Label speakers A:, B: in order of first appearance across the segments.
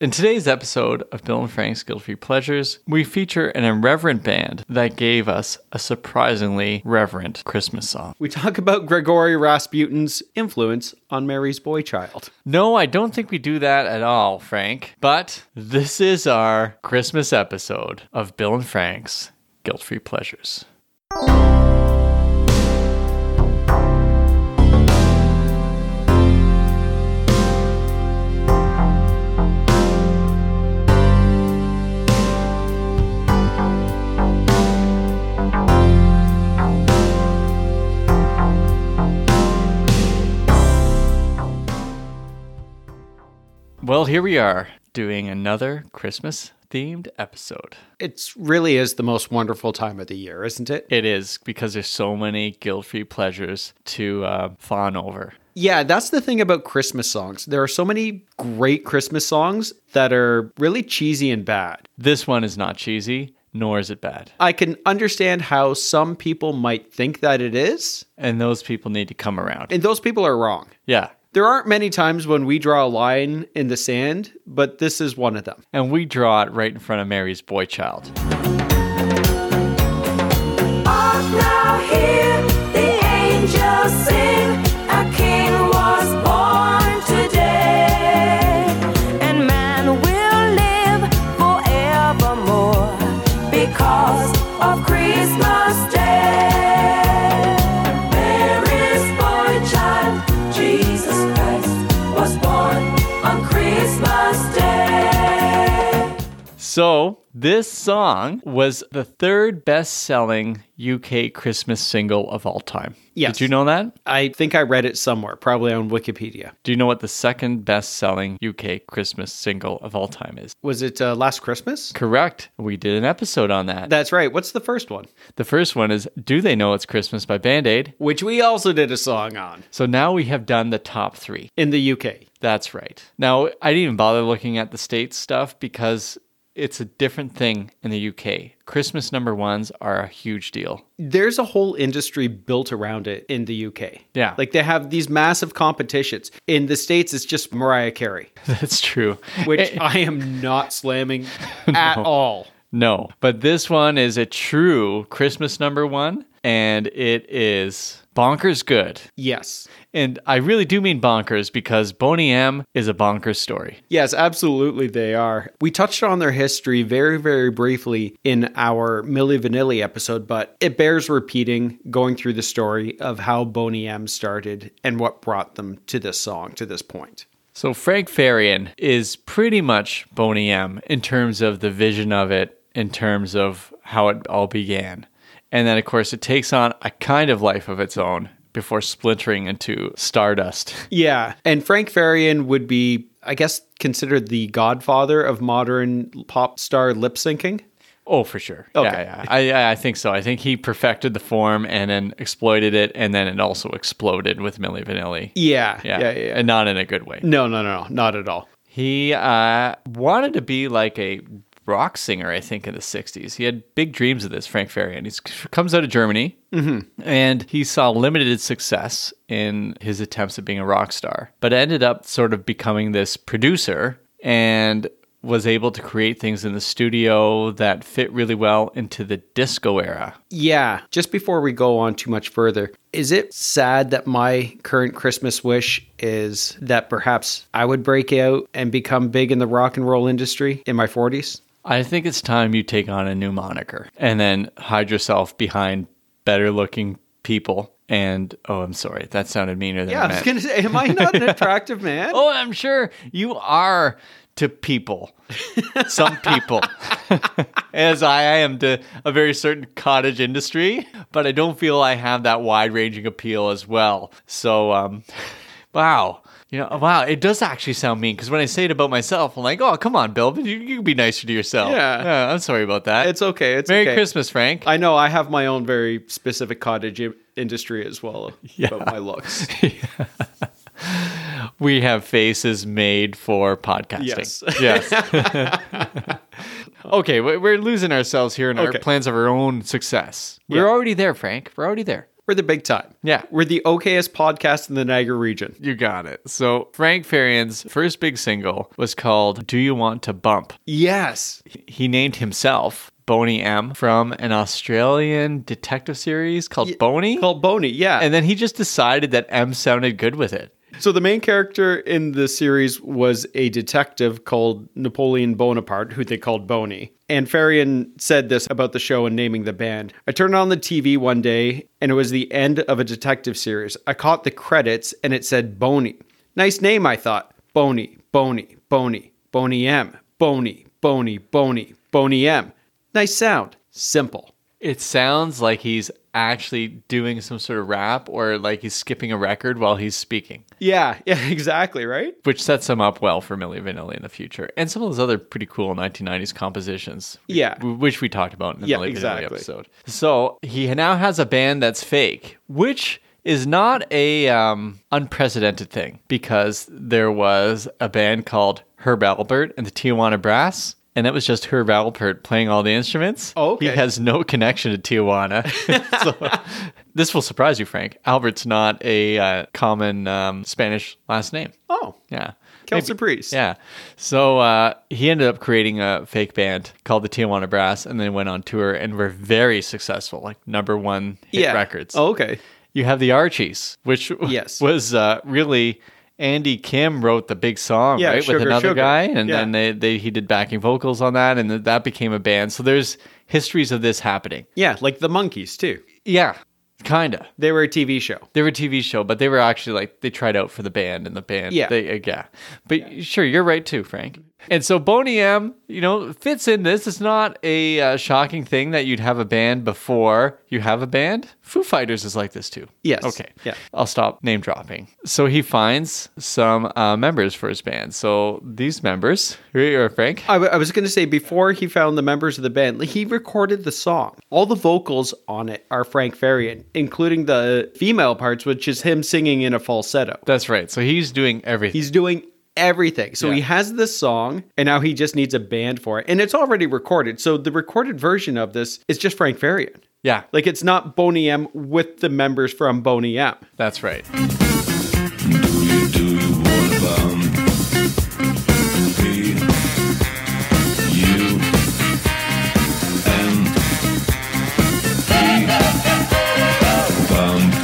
A: In today's episode of Bill and Frank's Guilt Free Pleasures, we feature an irreverent band that gave us a surprisingly reverent Christmas song.
B: We talk about Gregory Rasputin's influence on Mary's boy child.
A: No, I don't think we do that at all, Frank, but this is our Christmas episode of Bill and Frank's Guilt Free Pleasures. Well, here we are doing another Christmas themed episode.
B: It really is the most wonderful time of the year, isn't it?
A: It is because there's so many guilt free pleasures to uh, fawn over.
B: Yeah, that's the thing about Christmas songs. There are so many great Christmas songs that are really cheesy and bad.
A: This one is not cheesy, nor is it bad.
B: I can understand how some people might think that it is,
A: And those people need to come around.
B: and those people are wrong.
A: Yeah.
B: There aren't many times when we draw a line in the sand, but this is one of them.
A: And we draw it right in front of Mary's boy child.
C: Off now hear the angels sing. A king was born today, and man will live forevermore because of Christmas Day. Mary's boy child, Jesus Christ, was born on Christmas Day.
A: So, this song was the third best selling UK Christmas single of all time.
B: Yes.
A: Did you know that?
B: I think I read it somewhere, probably on Wikipedia.
A: Do you know what the second best selling UK Christmas single of all time is?
B: Was it uh, Last Christmas?
A: Correct. We did an episode on that.
B: That's right. What's the first one?
A: The first one is Do They Know It's Christmas by Band Aid?
B: Which we also did a song on
A: So now we have done the top three.
B: in the UK.
A: That's right. Now, I didn't even bother looking at the state stuff because it's a different thing in the UK. Christmas number ones are a huge deal.
B: there's a whole industry built around it in the UK.
A: Yeah.
B: Like they have these massive competitions. In the States, it's just Mariah Carey,
A: That's true.
B: which I am not slamming at all.
A: No, but this one is a true Christmas number one, and it is bonkers good.
B: Yes.
A: And I really do mean bonkers because Boney M is a bonkers story.
B: Yes, absolutely they are. We touched on their history very, very briefly in our Milli Vanilli episode, but it bears repeating going through the story of how Boney M started and what brought them to this song to this point.
A: So Frank Farian is pretty much Boney M in terms of the vision of it, in terms of how it all began. And then of course it takes on a kind of life of its own before splintering into Stardust.
B: Yeah. And Frank Farian would be, I guess, considered the godfather of modern pop star lip syncing.
A: Oh, for sure.
B: Okay.
A: Yeah, yeah. I- I, I think so. I think he perfected the form and then exploited it, and then it also exploded with Milli Vanilli.
B: Yeah. Yeah. yeah,
A: and not in a good way.
B: No, no, no, no, not at all.
A: He uh, wanted to be like a rock singer, I think, in the 60s. He had big dreams of this, Frank Farian. He comes out of Germany, and he saw limited success in his attempts at being a rock star, but ended up sort of becoming this producer and was able to create things in the studio that fit really well into the disco era.
B: Yeah. Just before we go on too much further, is it sad that my current Christmas wish is that perhaps I would break out and become big in the rock and roll industry in my 40s?
A: I think it's time you take on a new moniker and then hide yourself behind better looking people. And oh, I'm sorry, that sounded meaner than
B: Yeah, I
A: meant.
B: was going to say, am I not an attractive man?
A: Oh, I'm sure you are to people, some people, as I am to a very certain cottage industry, but I don't feel I have that wide ranging appeal as well. So, um, wow. You know, wow, it does actually sound mean because when I say it about myself, I'm like, oh, come on, Bill, but you, you can be nicer to yourself.
B: Yeah.
A: I'm sorry about that.
B: It's okay. It's
A: Merry
B: okay.
A: Christmas, Frank.
B: I know I have my own very specific cottage I- industry as well about my looks.
A: we have faces made for podcasting.
B: Yes.
A: Yes. okay, we- we're losing ourselves here in our
B: Okay.
A: plans of our own success. We're
B: Yeah.
A: already there, Frank. We're already there.
B: We're the big time.
A: Yeah.
B: We're the okayest podcast in the Niagara region.
A: You got it. So Frank Farian's first big single was called Do You Want to Bump?
B: Yes.
A: He named himself Boney M from an Australian detective series called Boney.
B: Called Boney, yeah.
A: and then he just decided that M sounded good with it.
B: So the main character in the series was a detective called Napoleon Bonaparte, who they called Boney. And Farian said this about the show and naming the band. I turned on the TV one day and it was the end of a detective series. I caught the credits and it said Boney. Nice name, I thought. Boney, Boney, Boney, Boney M, Boney, Boney, Boney, Boney M. Nice sound. Simple.
A: It sounds like he's actually doing some sort of rap or like he's skipping a record while he's speaking,
B: Yeah, yeah, exactly, right?
A: which sets him up well for Milli Vanilli in the future. And some of those other pretty cool 1990s compositions.
B: Yeah.
A: w- Which we talked about in the
B: Yeah,
A: Milli
B: exactly.
A: Vanilli episode. So he now has a band that's fake, which is not a um, unprecedented thing because there was a band called Herb Alpert and the Tijuana Brass. And that was just Herb Alpert playing all the instruments.
B: Oh, okay.
A: He has no connection to Tijuana. so, this will surprise you, Frank. Albert's not a uh, common um, Spanish last name.
B: Oh.
A: Yeah.
B: Kelsey
A: Maybe-
B: Priest.
A: Yeah. So uh, he ended up creating a fake band called the Tijuana Brass and then went on tour and were very successful, like number one hit
B: Yeah.
A: records.
B: Oh, okay.
A: You have the Archies, which w-
B: Yes.
A: was uh, really Andy Kim wrote the big song,
B: Yeah,
A: right,
B: Sugar
A: with another
B: Sugar.
A: guy, and
B: Yeah.
A: then they, they he did backing vocals on that, and th- that became a band. So there's histories of this happening.
B: Yeah, like the monkeys too.
A: Yeah, kinda.
B: They were a TV show.
A: They were a TV show, but they were actually like they tried out for the band and the band.
B: Yeah.
A: they, uh, yeah. But sure, you're right too, Frank. And so Boney M, you know, fits in this. It's not a uh, shocking thing that you'd have a band before you have a band. Foo Fighters is like this too.
B: Yes.
A: Okay.
B: Yeah.
A: I'll stop name dropping. So he finds some uh, members for his band. So these members, here you are, Frank.
B: I, w- I was going to say before he found the members of the band, like, he recorded the song. All the vocals on it are Frank Farian, including the female parts, which is him singing in a falsetto.
A: That's right. So he's doing everything.
B: He's doing everything. So
A: Yeah.
B: he has this song, and now he just needs a band for it, and it's already recorded. So the recorded version of this is just Frank Farian.
A: yeah.
B: Like it's not Boney M with the members from Boney M.
A: That's right.
D: Do you wanna bump? B U M B bump.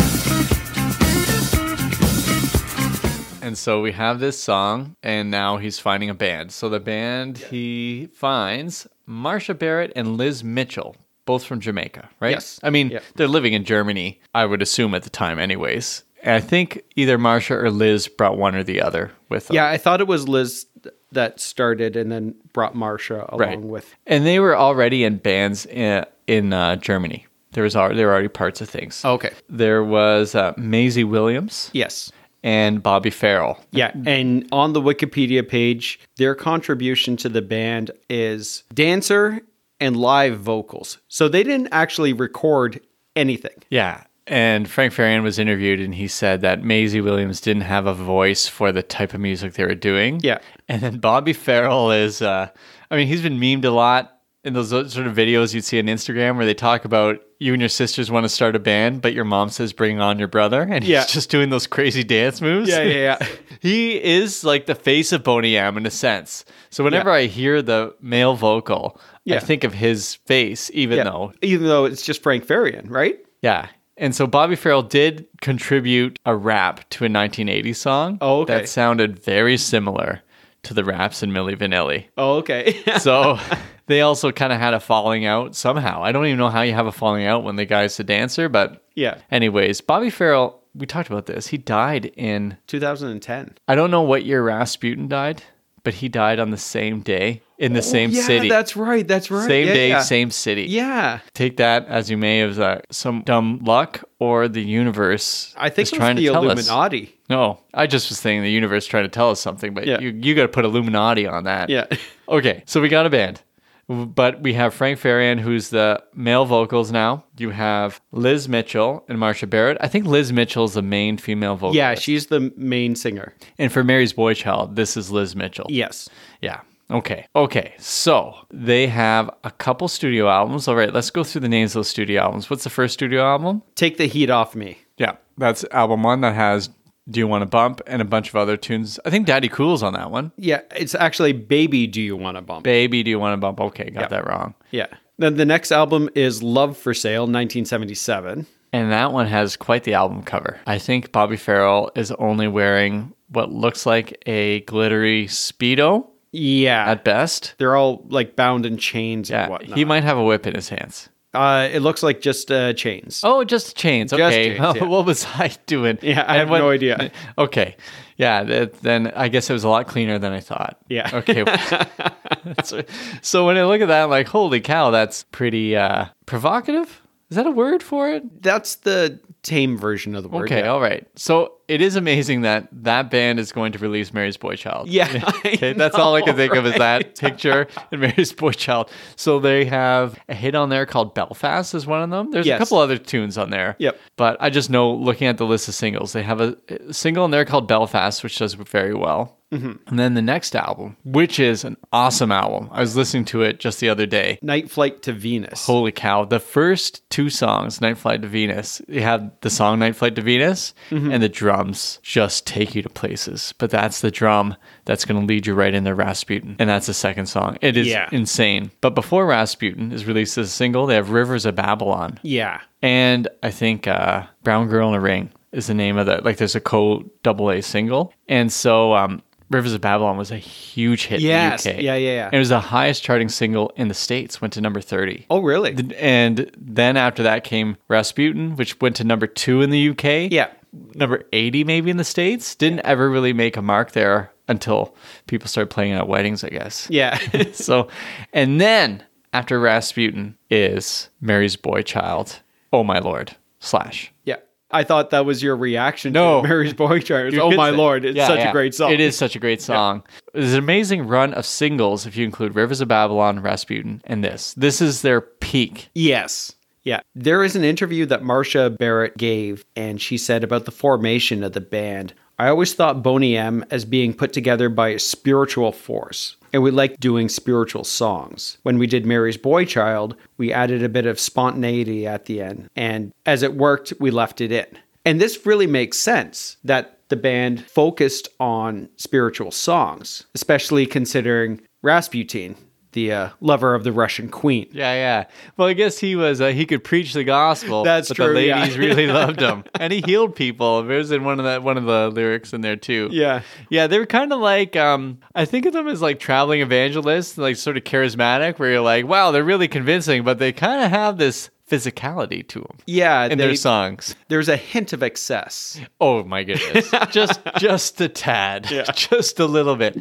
A: And so we have this song, and now he's finding a band. So the band he finds Marsha Barrett and Liz Mitchell, both from Jamaica, right?
B: Yes.
A: I mean,
B: Yeah.
A: they're living in Germany, I would assume at the time, anyways. And I think either Marsha or Liz brought one or the other with them.
B: Yeah, I thought it was Liz th- that started and then brought Marsha along
A: Right.
B: with.
A: And they were already in bands in, in uh, Germany. There was al- there were already parts of things.
B: Okay.
A: There was uh, Maisie Williams
B: Yes.
A: and Bobby Farrell.
B: Yeah, and on the Wikipedia page, their contribution to the band is dancer and live vocals. So they didn't actually record anything.
A: Yeah. And Frank Farian was interviewed and he said that Maisie Williams didn't have a voice for the type of music they were doing.
B: Yeah.
A: And then Bobby Farrell is, uh, I mean, he's been memed a lot in those sort of videos you'd see on Instagram where they talk about you and your sisters want to start a band, but your mom says bring on your brother. And he's
B: Yeah.
A: just doing those crazy dance moves.
B: yeah.
A: He is like the face of Boney M in a sense. So whenever
B: Yeah.
A: I hear the male vocal, I
B: Yeah.
A: think of his face, even though
B: Even though it's just Frank Farian, right?
A: yeah. And so Bobby Farrell did contribute a rap to a 1980 song
B: Oh, okay.
A: that sounded very similar to the raps in Milli Vanilli.
B: Oh, okay.
A: So they also kind of had a falling out somehow. I don't even know how you have a falling out when the guy's a dancer, but
B: Yeah.
A: Anyways, Bobby Farrell, we talked about this. He died in
B: 2010.
A: I don't know what year Rasputin died, but he died on the same day in the same
B: Oh, yeah,
A: city.
B: that's right. That's right.
A: same
B: Yeah,
A: day,
B: yeah.
A: same city.
B: Yeah.
A: Take that as you may of uh, some dumb luck or the universe.
B: I think
A: is
B: it was
A: trying
B: the
A: to tell Us.
B: Illuminati.
A: No, I just was saying the universe trying to tell us something, but
B: Yeah.
A: you you got to put Illuminati on that.
B: Yeah.
A: Okay, so we got a band, but we have Frank Farian, who's the male vocals now. You have Liz Mitchell and Marsha Barrett. I think Liz Mitchell's the main female vocalist.
B: Yeah, she's the main singer.
A: And for Mary's Boy Child, this is Liz Mitchell.
B: Yes.
A: Yeah. Okay. Okay. So they have a couple studio albums. All right. Let's go through the names of those studio albums. What's the first studio album?
B: Take the heat off me.
A: Yeah. That's album one that has Do You Want to Bump and a bunch of other tunes. I think Daddy Cool's on that one.
B: Yeah, it's actually Baby Do You Want to Bump?
A: Baby, Do You Want to Bump? Okay. Got that wrong.
B: yeah. Then the next album is Love for Sale, 1977.
A: And that one has quite the album cover. I think Bobby Farrell is only wearing what looks like a glittery Speedo
B: Yeah.
A: at best.
B: They're all like bound in chains and
A: Yeah.
B: whatnot.
A: He might have a whip in his hands.
B: uh, it looks like just uh, chains.
A: Oh, just chains.
B: Just
A: Okay.
B: chains, yeah.
A: what was I doing?
B: Yeah, I
A: And
B: have no idea.
A: Okay. Yeah. th- then I guess it was a lot cleaner than I thought.
B: Yeah.
A: Okay. so, so when I look at that, I'm like, holy cow, that's pretty uh, provocative. Is that a word for it?
B: That's the tame version of the word.
A: Okay. oh.
B: yeah.
A: All right. So it is amazing that that band is going to release Mary's Boy Child.
B: Yeah, I
A: okay. That's all I can think of is that picture and Mary's Boy Child. So they have a hit on there called Belfast is one of them. There's
B: Yes.
A: a couple other tunes on there.
B: Yep.
A: But I just know looking at the list of singles, they have a a single in there called Belfast, which does very well.
B: Mm-hmm.
A: And then the next album, which is an awesome album. I was listening to it just the other day.
B: Night Flight to Venus.
A: Holy cow. The first two songs, Night Flight to Venus, you have the song Night Flight to Venus,
B: Mm-hmm.
A: and the drums just take you to places. But that's the drum that's going to lead you right into Rasputin. And that's the second song. It is
B: Yeah.
A: insane. But before Rasputin is released as a single, they have Rivers of Babylon.
B: yeah.
A: And I think uh, Brown Girl in a Ring is the name of the, like, there's a co double A single. And so, um, Rivers of Babylon was a huge hit
B: Yes.
A: in the UK.
B: Yeah, yeah, yeah.
A: And it was the highest charting single in the States, went to number 30.
B: Oh, really?
A: Th- And then after that came Rasputin, which went to number two in the UK.
B: Yeah.
A: Number 80, maybe in the States. Didn't ever really make a mark there until people started playing it at weddings, I guess.
B: yeah.
A: so, and then after Rasputin is Mary's Boy Child. Oh, my Lord. Slash.
B: yeah. I thought that was your reaction
A: No.
B: to Mary's Boy Child.
A: Your
B: Oh,
A: kids
B: my
A: say-
B: Lord. It's
A: Yeah,
B: such
A: yeah.
B: a great song.
A: It is such a great song. There's an amazing run of singles if you include Rivers of Babylon, Rasputin, and this. This is their peak.
B: Yes. Yeah. There is an interview that Marcia Barrett gave, and she said about the formation of the band. I always thought Boney M as being put together by a spiritual force, and we liked doing spiritual songs. When we did Mary's Boy Child, we added a bit of spontaneity at the end, and as it worked, we left it in. And this really makes sense that the band focused on spiritual songs, especially considering Rasputin, the uh, lover of the Russian queen.
A: Yeah, yeah. Well, I guess he was uh, he could preach the gospel.
B: That's
A: but The
B: true, yeah.
A: ladies really loved him, and he healed people. There's in one of the one of the lyrics in there too.
B: Yeah.
A: yeah. They were kind of like um, I think of them as like traveling evangelists, like sort of charismatic, where you're like, wow, they're really convincing, but they kind of have this physicality to them
B: Yeah,
A: in
B: they-
A: their songs.
B: There's a hint of excess.
A: Oh my goodness. just just a tad. Just a little bit.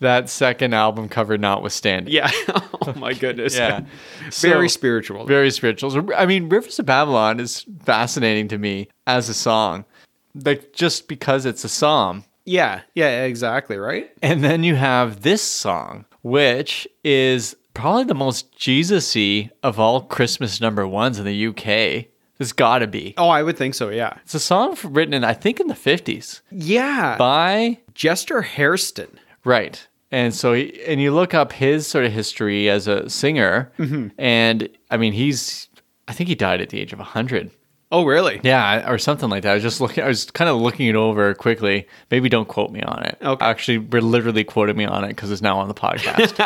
A: That second album cover notwithstanding.
B: Yeah. oh my goodness.
A: Yeah.
B: Very
A: So-
B: spiritual.
A: Very spiritual. So, I mean, Rivers of Babylon is fascinating to me as a song. Like just because it's a psalm.
B: yeah. Yeah. Exactly. Right.
A: And then you have this song, which is probably the most Jesus-y of all Christmas number ones in the UK. It's gotta be.
B: Oh, I would think so. Yeah.
A: It's a song written in I think in the fifties
B: Yeah.
A: by
B: Jester Hairston.
A: Right. And so, he, and you look up his sort of history as a singer, and I mean, he's, I think he died at the age of 100.
B: Oh, really?
A: Yeah, or something like that. I was just looking, I was kind of looking it over quickly. Maybe don't quote me on it.
B: Okay.
A: Actually, we're literally quoting me on it because it's now on the podcast.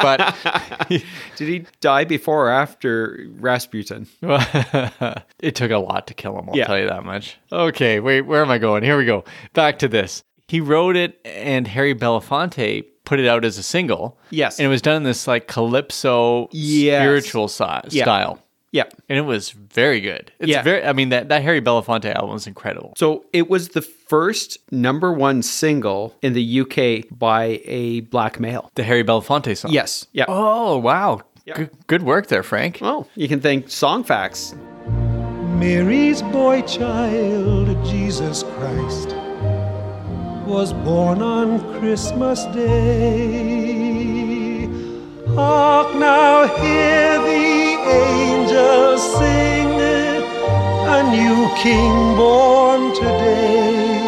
A: but
B: Did he die before or after Rasputin?
A: it took a lot to kill him. I'll
B: Yeah.
A: tell you that much. Okay, wait, where am I going? Here we go. Back to this. He wrote it, and Harry Belafonte put it out as a single.
B: Yes.
A: and it was done in this like calypso
B: Yes.
A: spiritual si-
B: Yeah.
A: style,
B: Yep.
A: and it was very good. It's
B: Yeah.
A: very. I mean that that Harry Belafonte album is incredible.
B: So it was the first number one single in the UK by a black male.
A: The Harry Belafonte song.
B: Yes. Yeah. Oh,
A: Oh wow.
B: Yeah.
A: Good, good work there, Frank.
B: well, you can thank Song Facts.
E: Mary's boy child, Jesus Christ, was born on Christmas Day. Hark now, hear the angels sing, a new king born today.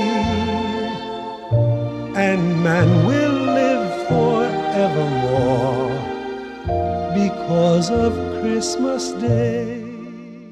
E: And man will live forevermore because of Christmas Day.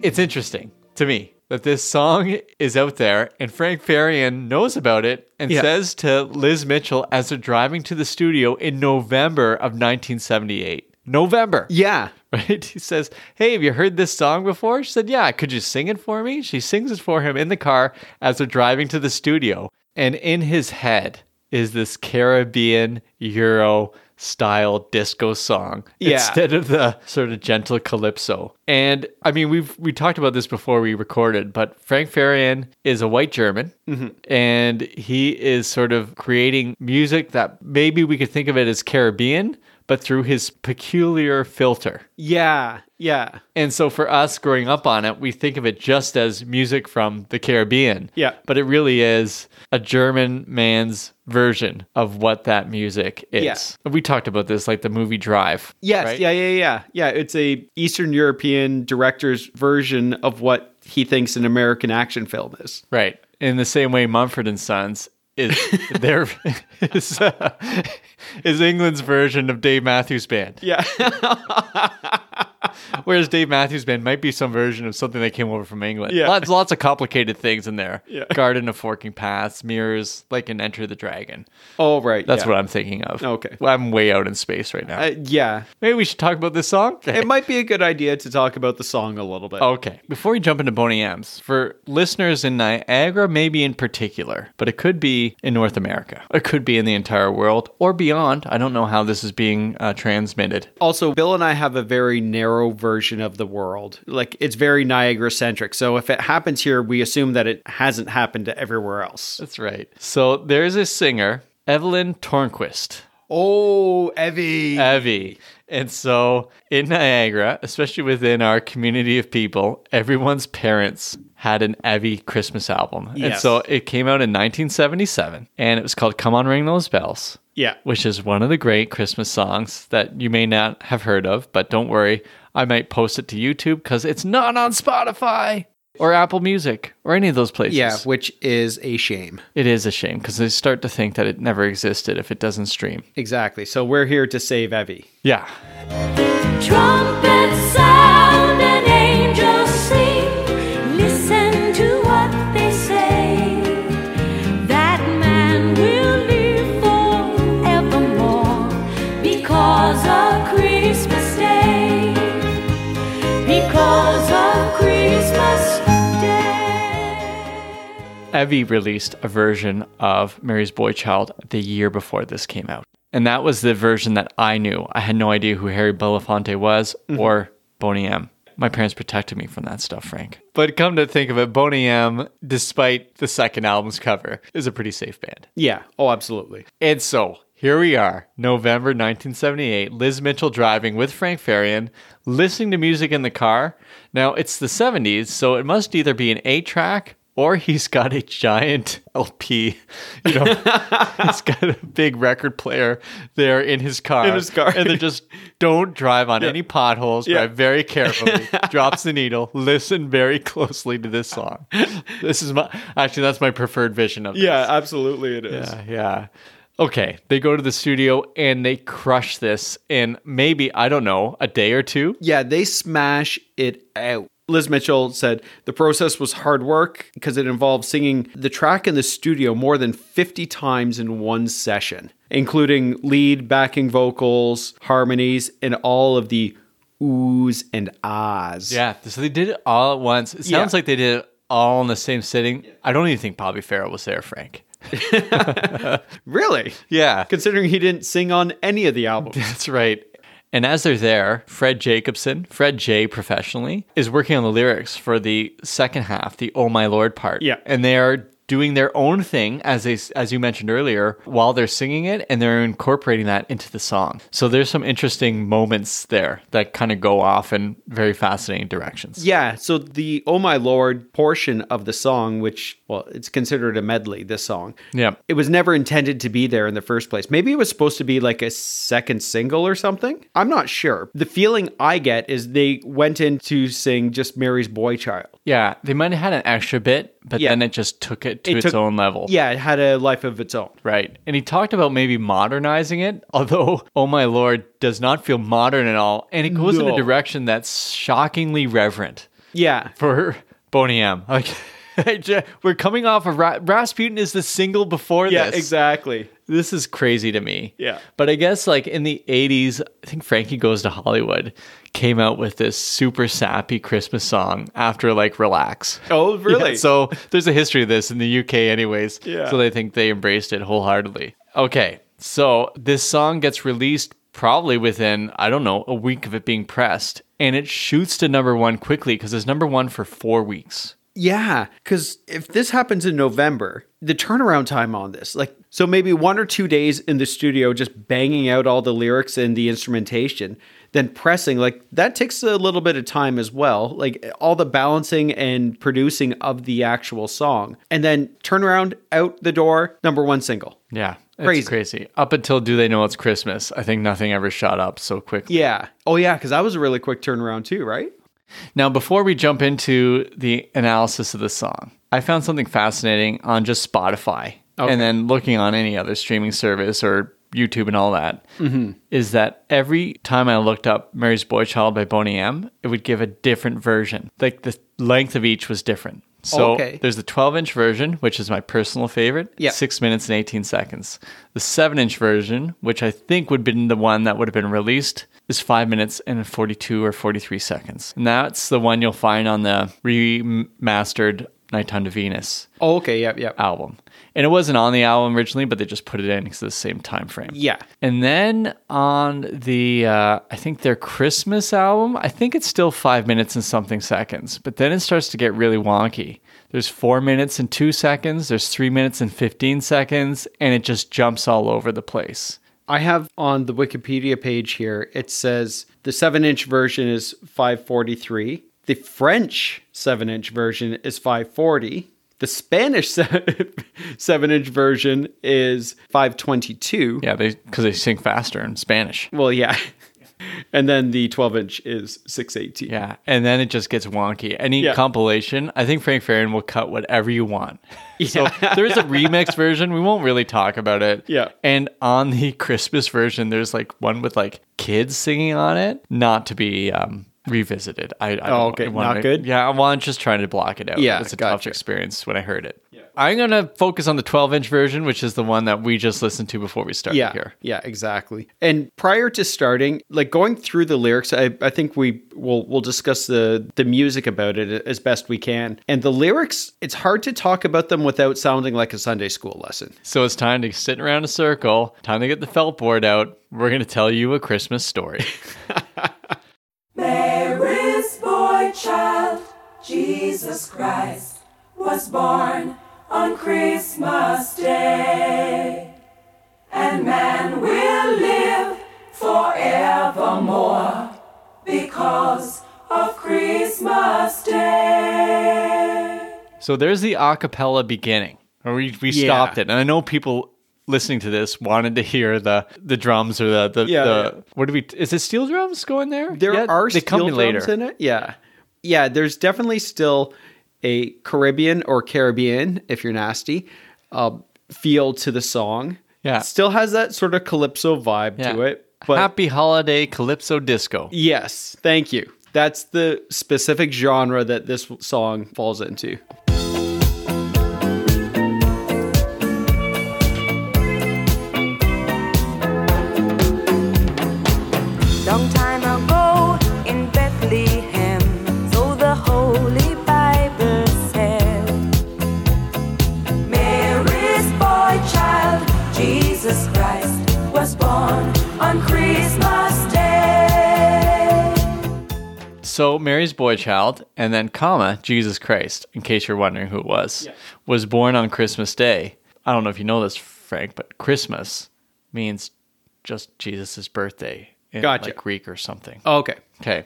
A: It's interesting to me that this song is out there and Frank Farian knows about it and
B: Yeah.
A: says to Liz Mitchell as they're driving to the studio in November of 1978. November.
B: Yeah.
A: Right? He says, Hey, have you heard this song before? She said, Yeah, could you sing it for me? She sings it for him in the car as they're driving to the studio. And in his head is this Caribbean Euro style disco song
B: Yeah.
A: instead of the sort of gentle calypso. And I mean, we've we talked about this before we recorded, but Frank Farian is a white German and he is sort of creating music that maybe we could think of it as Caribbean, but through his peculiar filter.
B: Yeah. Yeah.
A: And so for us growing up on it, we think of it just as music from the Caribbean.
B: Yeah.
A: But it really is a German man's version of what that music is.
B: Yeah.
A: We talked about this like the movie Drive.
B: Yes,
A: right?
B: yeah, yeah, yeah. Yeah, it's a Eastern European director's version of what he thinks an American action film is.
A: Right. In the same way Mumford and Sons is their is, uh, is England's version of Dave Matthews Band.
B: Yeah.
A: Whereas Dave Matthews Band might be some version of something that came over from England.
B: Yeah.
A: Lots lots of complicated things in there.
B: Yeah.
A: Garden of Forking Paths, Mirrors, like in Enter the Dragon.
B: Oh, right.
A: That's
B: yeah.
A: what I'm thinking of.
B: Okay.
A: Well, I'm way out in space right now.
B: Uh, yeah.
A: Maybe we should talk about this song.
B: It might be a good idea to talk about the song a little bit.
A: Okay. Before we jump into Boney M's, for listeners in Niagara, maybe in particular, but it could be in North America. It could be in the entire world or beyond. I don't know how this is being uh, transmitted.
B: Also, Bill and I have a very narrow version of the world. Like, it's very Niagara centric. So, if it happens here, we assume that it hasn't happened everywhere else.
A: That's right. So there's a singer, Evelyn Tornquist.
B: Oh, Evie.
A: Evie. And so in Niagara, especially within our community of people, everyone's parents had an Evie Christmas album. And
B: Yes.
A: so it came out in 1977 and it was called Come On Ring Those Bells.
B: Yeah.
A: Which is one of the great Christmas songs that you may not have heard of, but don't worry, I might post it to YouTube because it's not on Spotify or Apple Music or any of those places.
B: yeah, which is a shame.
A: It is a shame because they start to think that it never existed if it doesn't stream.
B: Exactly. So, we're here to save Evie.
A: Yeah.
C: Trumpet sound and angels sing. Listen to what they say. That man will live forevermore because of Christmas Day. Because of Christmas Day.
A: Evie released a version of Mary's Boy Child the year before this came out. And that was the version that I knew. I had no idea who Harry Belafonte was or Boney M. My parents protected me from that stuff, Frank. But come to think of it, Boney M, despite the second album's cover, is a pretty safe band.
B: Yeah. Oh, absolutely.
A: And so here we are, November 1978, Liz Mitchell driving with Frank Farian, listening to music in the car. Now it's the 70s, so it must either be an A track or he's got a giant LP. You know, he's got a big record player there in his car.
B: In his car.
A: And they just don't drive on any potholes,
B: Yeah.
A: drive very carefully, drops the needle, listen very closely to this song. This is my, actually, that's my preferred vision of this.
B: absolutely it is.
A: Yeah, Uh, yeah. Okay, they go to the studio and they crush this in maybe, I don't know, a day or two.
B: Yeah, they smash it out. Liz Mitchell said the process was hard work because it involved singing the track in the studio more than 50 times in one session, including lead, backing vocals, harmonies, and all of the oohs and ahs.
A: Yeah, so they did it all at once. It sounds
B: Yeah.
A: like they did it all in the same sitting. I don't even think Bobby Farrell was there, Frank.
B: Really?
A: Yeah.
B: Considering he didn't sing on any of the albums.
A: That's right. And as they're there, Fred Jacobson, Fred J professionally, is working on the lyrics for the second half, the Oh My Lord part.
B: Yeah.
A: And they are doing their own thing as they as you mentioned earlier while they're singing it and they're incorporating that into the song. So there's some interesting moments there that kind of go off in very fascinating directions.
B: Yeah, so the Oh My Lord portion of the song, which, well, it's considered a medley, this song.
A: Yeah.
B: It was never intended to be there in the first place. Maybe it was supposed to be like a second single or something. I'm not sure. The feeling I get is they went in to sing just Mary's Boy Child.
A: Yeah, they might have had an extra bit, but
B: Yeah.
A: then it just took it to
B: It
A: its
B: took-
A: own level.
B: Yeah, it had a life of its own.
A: Right. And he talked about maybe modernizing it, although Oh My Lord does not feel modern at all. And it goes in
B: No.
A: a direction that's shockingly reverent
B: Yeah.
A: for Boney M. Like, I ju- we're coming off of Ra- Rasputin is the single before
B: Yeah,
A: this.
B: exactly.
A: This is crazy to me.
B: Yeah.
A: But I guess like in the 80s, I think Frankie Goes to Hollywood came out with this super sappy Christmas song after like Relax.
B: Oh, really?
A: Yeah, so there's a history of this in the UK, anyways.
B: Yeah.
A: So they think they embraced it wholeheartedly. Okay. So this song gets released probably within, I don't know, a week of it being pressed. And it shoots to number one quickly because it's number one for four weeks.
B: Yeah, because if this happens in November, the turnaround time on this, like, so maybe one or two days in the studio just banging out all the lyrics and the instrumentation, then pressing, like, that takes a little bit of time as well. Like, all the balancing and producing of the actual song. And then turnaround out the door, number one single.
A: Yeah. It's
B: Crazy.
A: crazy. Up until Do They Know It's Christmas, I think nothing ever shot up so quickly.
B: Yeah. Oh, yeah, because that was a really quick turnaround, too, right?
A: Now, before we jump into the analysis of the song, I found something fascinating on just Spotify and then looking on any other streaming service or YouTube and all that, is that every time I looked up Mary's Boy Child by Boney M, it would give a different version. Like the length of each was different. So
B: Okay.
A: there's the 12 inch version, which is my personal favorite,
B: Yeah.
A: six minutes and 18 seconds. The seven inch version, which I think would have been the one that would have been released, is five minutes and 42 or 43 seconds. And that's the one you'll find on the remastered Nighttime to Venus
B: Oh, okay. Yep. Yep.
A: album. And it wasn't on the album originally, but they just put it in because of the same time frame.
B: Yeah.
A: And then on the, uh, I think their Christmas album, I think it's still five minutes and something seconds, but then it starts to get really wonky. There's four minutes and two seconds, there's three minutes and 15 seconds, and it just jumps all over the place.
B: I have on the Wikipedia page here, it says the 7 inch version is 543. The French 7 inch version is 540. The Spanish 7 inch version is 522.
A: Yeah, they because they sing faster in Spanish.
B: Well, yeah. And then the 12 inch is 618.
A: Yeah, and then it just gets wonky. Any
B: Yeah.
A: compilation, I think Frank Farian will cut whatever you want. So there is a remix version. We won't really talk about it.
B: Yeah.
A: And on the Christmas version, there's like one with like kids singing on it, not to be um, revisited. I, I
B: Oh,
A: don't
B: okay.
A: wanna-
B: Not good?
A: Yeah, well, I'm just trying to block it out.
B: Yeah,
A: it's a tough
B: gotcha.
A: experience when I heard it. I'm gonna focus on the 12 inch version, which is the one that we just listened to before we started
B: yeah,
A: here.
B: Yeah, exactly. And prior to starting, like going through the lyrics, I, I think we will we'll discuss the the music about it as best we can. And the lyrics, it's hard to talk about them without sounding like a Sunday school lesson.
A: So it's time to sit around a circle, time to get the felt board out. We're going to tell you a Christmas story.
F: Mary's boy child, Jesus Christ, was born on Christmas Day. And man will live forevermore because of Christmas Day.
A: so there's the a cappella beginning. Or we, we stopped it. And I know people listening to this wanted to hear the the drums or the the,
B: Yeah,
A: the
B: yeah.
A: what do we is it steel drums going there?
B: There
A: Yeah,
B: are
A: they
B: steel
A: come in
B: drums in it. Yeah, yeah. There's definitely still a Caribbean or Caribbean, if you're nasty, um, feel to the song.
A: Yeah.
B: still has that sort of calypso vibe
A: Yeah.
B: to it. But
A: Happy Holiday Calypso Disco.
B: Yes, thank you. That's the specific genre that this song falls into.
F: Long time ago in Bethlehem, so the Holy Bible said, Mary's boy child, Jesus Christ, was born on Christmas Day.
A: So Mary's boy child, and then comma Jesus Christ, in case you're wondering who it was, was born on Christmas Day. I don't know if you know this, Frank, but Christmas means just Jesus' birthday in
B: Gotcha.
A: like Greek or something.
B: Okay.
A: Okay.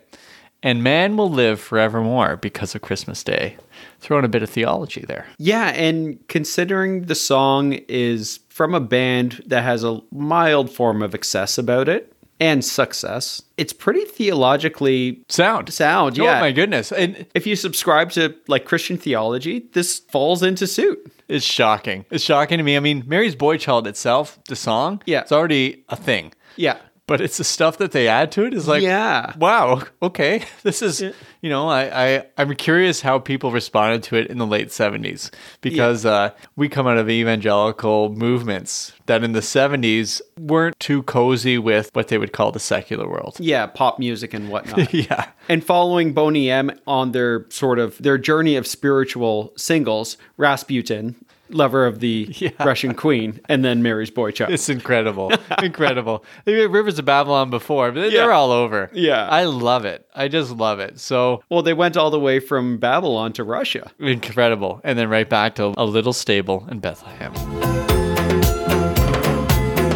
A: And man will live forevermore because of Christmas Day. Throw in a bit of theology there.
B: Yeah, and considering the song is from a band that has a mild form of excess about it, and success. It's pretty theologically
A: Sound.
B: sound.
A: Oh
B: Yeah.
A: my goodness. And
B: If you subscribe to like Christian theology, this falls into suit.
A: it's shocking. It's shocking to me. I mean, Mary's Boy Child itself, the song,
B: Yeah.
A: it's already a thing.
B: Yeah.
A: But it's the stuff that they add to it is like,
B: Yeah.
A: wow, okay. This is, you know, I, I, I'm curious how people responded to it in the late 70s because uh, we come out of evangelical movements that in the 70s weren't too cozy with what they would call the secular world.
B: Yeah, pop music and whatnot.
A: Yeah.
B: and following Boney M on their sort of their journey of spiritual singles, Rasputin, lover of the Russian queen, and then Mary's boy child.
A: It's incredible. incredible. They did Rivers of Babylon before, but they're
B: Yeah.
A: all over.
B: Yeah.
A: I love it. I just love it. So
B: well, they went all the way from Babylon to Russia.
A: incredible. And then right back to a little stable in Bethlehem.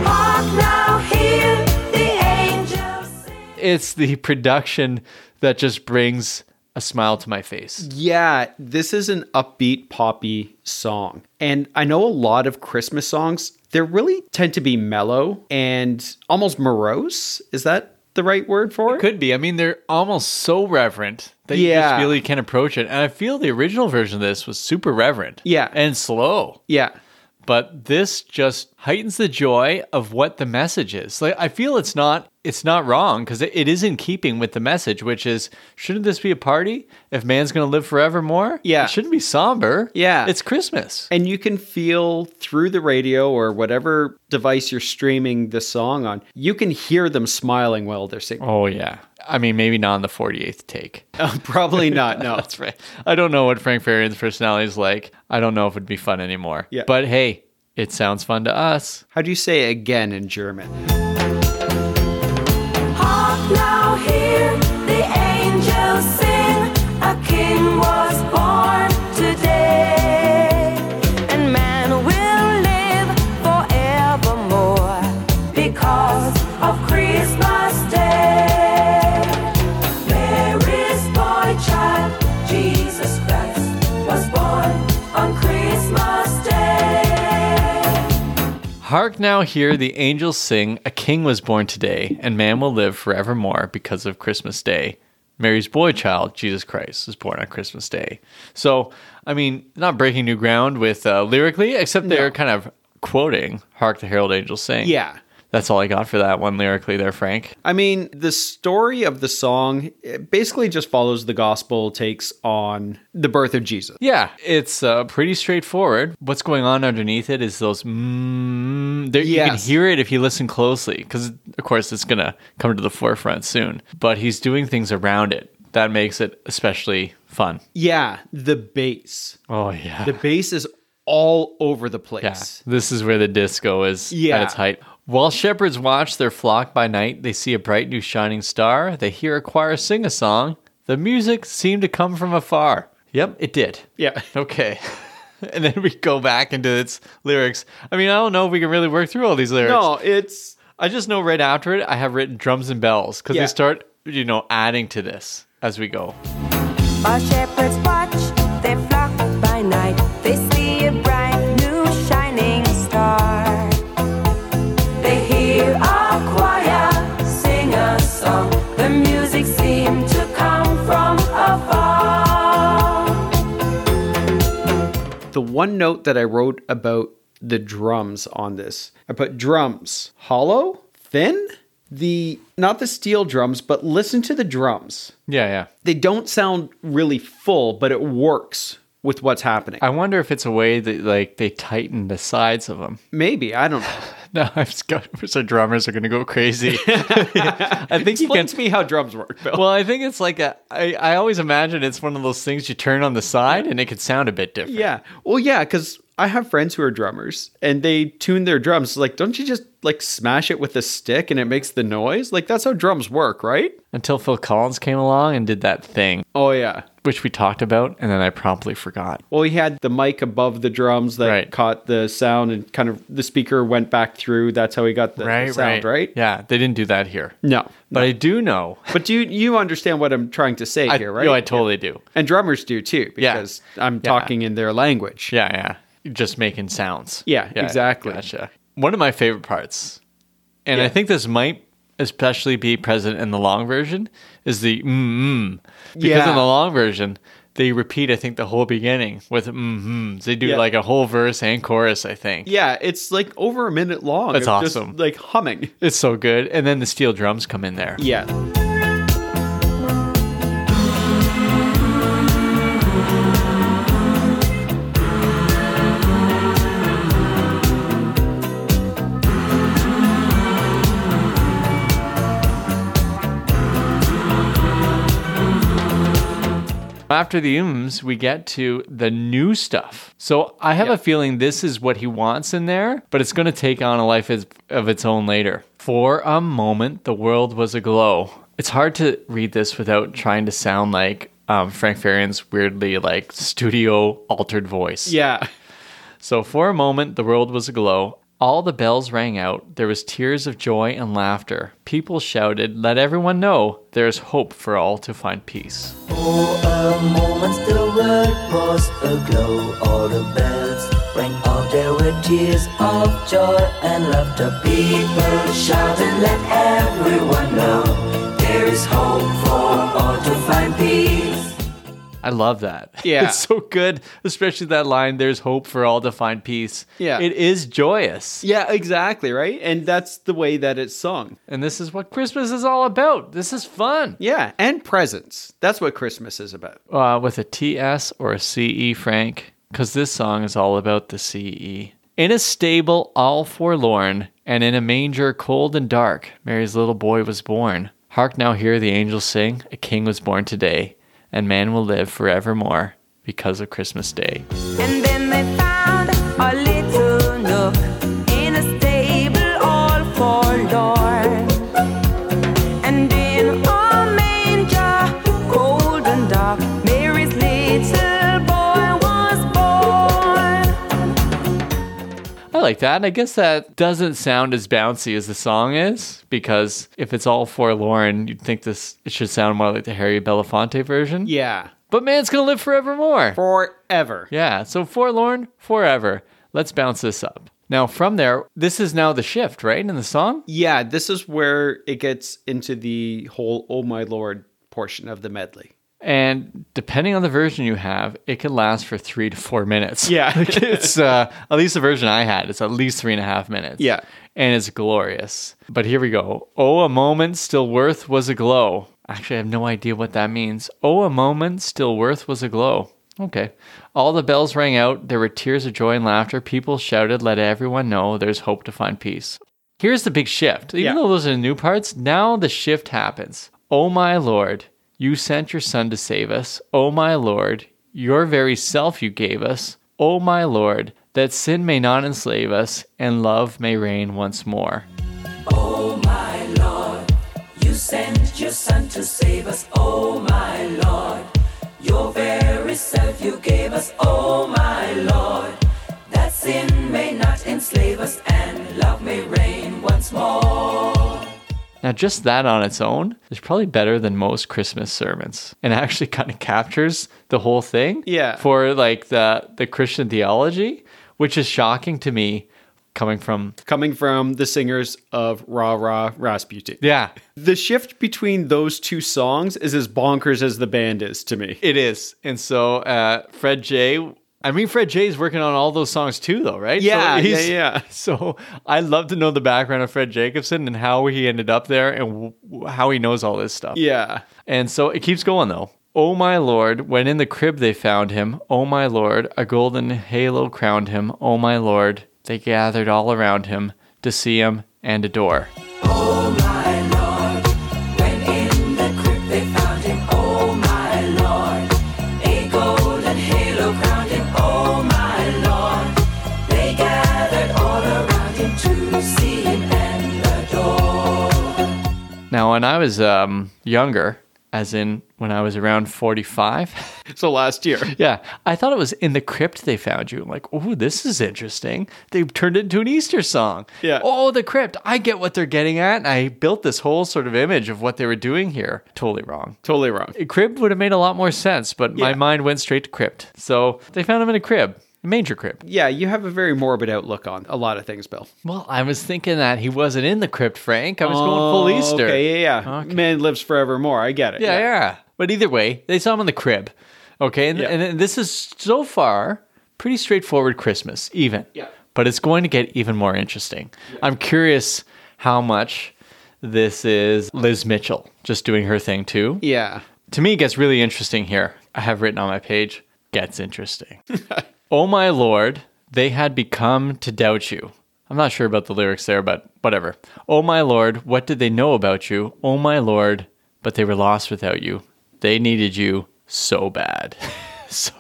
F: Hark now, hear the angels sing.
A: It's the production that just brings a smile to my face.
B: Yeah, this is an upbeat poppy song. And I know a lot of Christmas songs, they really tend to be mellow and almost morose. Is that the right word for it?
A: Could be. I mean, they're almost so reverent that you
B: Yeah.
A: just really can approach it. And I feel the original version of this was super reverent.
B: Yeah.
A: And slow.
B: Yeah.
A: but this just heightens the joy of what the message is like i feel it's not it's not wrong because it, it is in keeping with the message which is shouldn't this be a party if man's going to live forevermore
B: Yeah.
A: it shouldn't be somber
B: Yeah.
A: it's christmas
B: And you can feel through the radio or whatever device you're streaming the song on, you can hear them smiling while they're singing.
A: oh yeah i mean maybe not on the 48th take
B: Probably not, no.
A: that's right i don't know what frank farian's personality is like i don't know if it'd be fun anymore
B: Yeah.
A: but hey it sounds fun to us
B: How do you say again in German?
F: Hark now, hear the angels sing. A king was born today, and man will live forevermore because of Christmas Day. Mary's boy child, Jesus Christ, was born on Christmas Day.
A: Hark now, hear the angels sing, A king was born today, and man will live forevermore because of Christmas Day. Mary's boy child, Jesus Christ, was born on Christmas Day. So, I mean, not breaking new ground with uh, lyrically, except they're kind of quoting Hark the Herald Angels Sing.
B: Yeah.
A: That's all I got for that one lyrically there, Frank.
B: I mean, the story of the song it basically just follows the gospel takes on the birth of Jesus.
A: Yeah, it's uh, pretty straightforward. What's going on underneath it is those. Mm, there, You can
B: Yes.
A: hear it if you listen closely, because of course it's gonna come to the forefront soon. But he's doing things around it that makes it especially fun.
B: Yeah, the bass.
A: Oh yeah,
B: The bass is all over the
A: yeah.
B: place.
A: This is where the disco is at
B: Yeah.
A: its height. While shepherds watch their flock by night, they see a bright new shining star. They hear a choir sing a song. The music seemed to come from afar. Yep, it did.
B: Yeah.
A: Okay. And then we go back into its lyrics. I mean, I don't know if we can really work through all these lyrics.
B: No, it's
A: I just know right after it, I have written drums and bells because
B: Yeah.
A: they start, you know, adding to this as we go.
F: While shepherds watch their flock by night, they see a bright new shining star. They hear a choir sing a song. The music seemed to come from afar.
B: the one note that I wrote about the drums on this. I put drums hollow, thin, the not the steel drums, but listen to the drums.
A: Yeah, yeah.
B: They don't sound really full, but it works with what's happening.
A: I wonder if it's a way that, like, they tighten the sides of them.
B: Maybe, I don't know.
A: No, I'm scared. So drummers are going to go crazy. I think you can.
B: Explain to me how drums work, Bill.
A: Well, I think it's like a. I, I always imagine it's one of those things you turn on the side and it could sound a bit different.
B: Yeah. Well, yeah, because I have friends who are drummers and they tune their drums. Like, don't you just like smash it with a stick and it makes the noise? Like, that's how drums work, right?
A: Until Phil Collins came along and did that thing.
B: Oh, yeah.
A: which we talked about, and then I promptly forgot.
B: Well, he had the mic above the drums that
A: Right.
B: caught the sound and kind of the speaker went back through. That's how he got the sound, right?
A: Yeah, they didn't do that here.
B: No.
A: But I do know.
B: But do you, you understand what I'm trying to say
A: I,
B: here, right?
A: No, I totally do.
B: and drummers do too,
A: Yeah.
B: because I'm
A: Yeah.
B: talking in their language.
A: Yeah, yeah. Just making sounds.
B: Yeah, exactly.
A: Gotcha. One of my favorite parts, and I think this might especially be present in the long version is the mm mm. Because
B: Yeah.
A: in the long version, they repeat, I think, the whole beginning with mm mm. They do
B: Yeah.
A: like a whole verse and chorus, I think.
B: Yeah, it's like over a minute long.
A: That's
B: of just,
A: awesome.
B: like humming.
A: It's so good. And then the steel drums come in there.
B: Yeah.
A: After the ooms, we get to the new stuff. So I have a feeling this is what he wants in there, but it's going to take on a life is- of its own later. For a moment, the world was aglow. It's hard to read this without trying to sound like um, Frank Farian's weirdly like studio altered voice.
B: Yeah.
A: So for a moment, the world was aglow. All the bells rang out. There was tears of joy and laughter. People shouted, "Let everyone know there is hope for all to find peace."
G: For a moment the world was aglow, all the bells rang out, there were tears of joy and laughter. People shouted, let everyone know there is hope for all to find peace.
A: I love that.
B: Yeah.
A: It's so good, especially that line there's hope for all to find peace.
B: Yeah.
A: It is joyous.
B: Yeah, exactly, right? And that's the way that it's sung.
A: And this is what Christmas is all about. This is fun.
B: Yeah, and presents. That's what Christmas is about.
A: Uh, with a TS or a CE, Frank, because this song is all about the CE. In a stable all forlorn, and in a manger cold and dark, Mary's little boy was born. Hark now, hear the angels sing, a king was born today, and man will live forevermore because of Christmas Day.
F: And then they found a little nook in a stable all forlorn. And in a manger, cold and dark, Mary's little boy was born.
A: I like that. And I guess that doesn't sound as bouncy as the song is, because if it's all forlorn, you'd think this it should sound more like the Harry Belafonte version.
B: Yeah.
A: But man's gonna live forevermore.
B: Forever.
A: yeah, so forlorn forever. Let's bounce this up. Now from there, this is now the shift, right? In the song?
B: Yeah, this is where it gets into the whole oh my lord portion of the medley.
A: And depending on the version you have, it can last for three to four minutes.
B: Yeah.
A: Like, it's uh, at least the version I had. It's at least three and a half minutes.
B: Yeah.
A: and it's glorious. But here we go. Oh, a moment still worth was a glow. Actually, I have no idea what that means. Oh, a moment still worth was a glow. Okay. All the bells rang out. There were tears of joy and laughter. People shouted, "Let everyone know there's hope to find peace." Here's the big shift. Even
B: Yeah.
A: though those are the new parts, now the shift happens. Oh my Lord, you sent your son to save us. Oh my Lord, your very self you gave us. Oh my Lord, that sin may not enslave us and love may reign once more.
G: Oh my Lord, you sent your son to save us. Oh my Lord, your very self you gave us. Oh my Lord, that sin may not enslave us and love may reign once more.
A: Now, just that on its own is probably better than most Christmas sermons, and actually kind of captures the whole thing.
B: Yeah.
A: For like the the Christian theology, which is shocking to me, coming from
B: Coming from the singers of Rah Rah Rasputin.
A: yeah,
B: The shift between those two songs is as bonkers as the band is to me.
A: It is. And so uh, Fred J. I mean, Fred J is working on all those songs too, though, right? So
B: Yeah, yeah,
A: he's-
B: yeah.
A: So I love to know the background of Fred Jacobson and how he ended up there and w- how he knows all this stuff.
B: Yeah.
A: And so it keeps going, though. Oh, my Lord, when in the crib they found him, oh, my Lord, a golden halo crowned him, oh, my Lord, they gathered all around him to see him and adore.
G: Oh my Lord, when in the crib they found him. Oh my Lord, a golden halo crowned him. Oh my Lord, they gathered all around him to see him and adore.
A: Now, when I was um, younger, as in when I was around 45,
B: So last year.
A: Yeah, I thought it was in the crypt they found you. I'm like, oh, this is interesting. They've turned it into an Easter song.
B: Yeah.
A: Oh, the crypt. I get what they're getting at. And I built this whole sort of image of what they were doing here. Totally wrong.
B: Totally wrong.
A: A crib would have made a lot more sense, but my
B: Yeah.
A: mind went straight to crypt. So they found him in a crib. manger crypt.
B: Yeah, you have a very morbid outlook on a lot of things, Bill.
A: Well, I was thinking that he wasn't in the crypt, Frank. I was going full Easter.
B: Oh, Okay, yeah, yeah.
A: Okay.
B: Man lives forevermore. I get it.
A: Yeah, yeah, But either way, they saw him in the crib. Okay, and,
B: Yeah.
A: and, and this is so far pretty straightforward Christmas, even.
B: Yeah.
A: But it's going to get even more interesting. I'm curious how much this is Liz Mitchell just doing her thing too.
B: Yeah.
A: To me, it gets really interesting here. I have written on my page, gets interesting. oh my lord, they had become to doubt you. I'm not sure about the lyrics there, but whatever. Oh my lord, what did they know about you? Oh my lord, but they were lost without you. They needed you so bad. so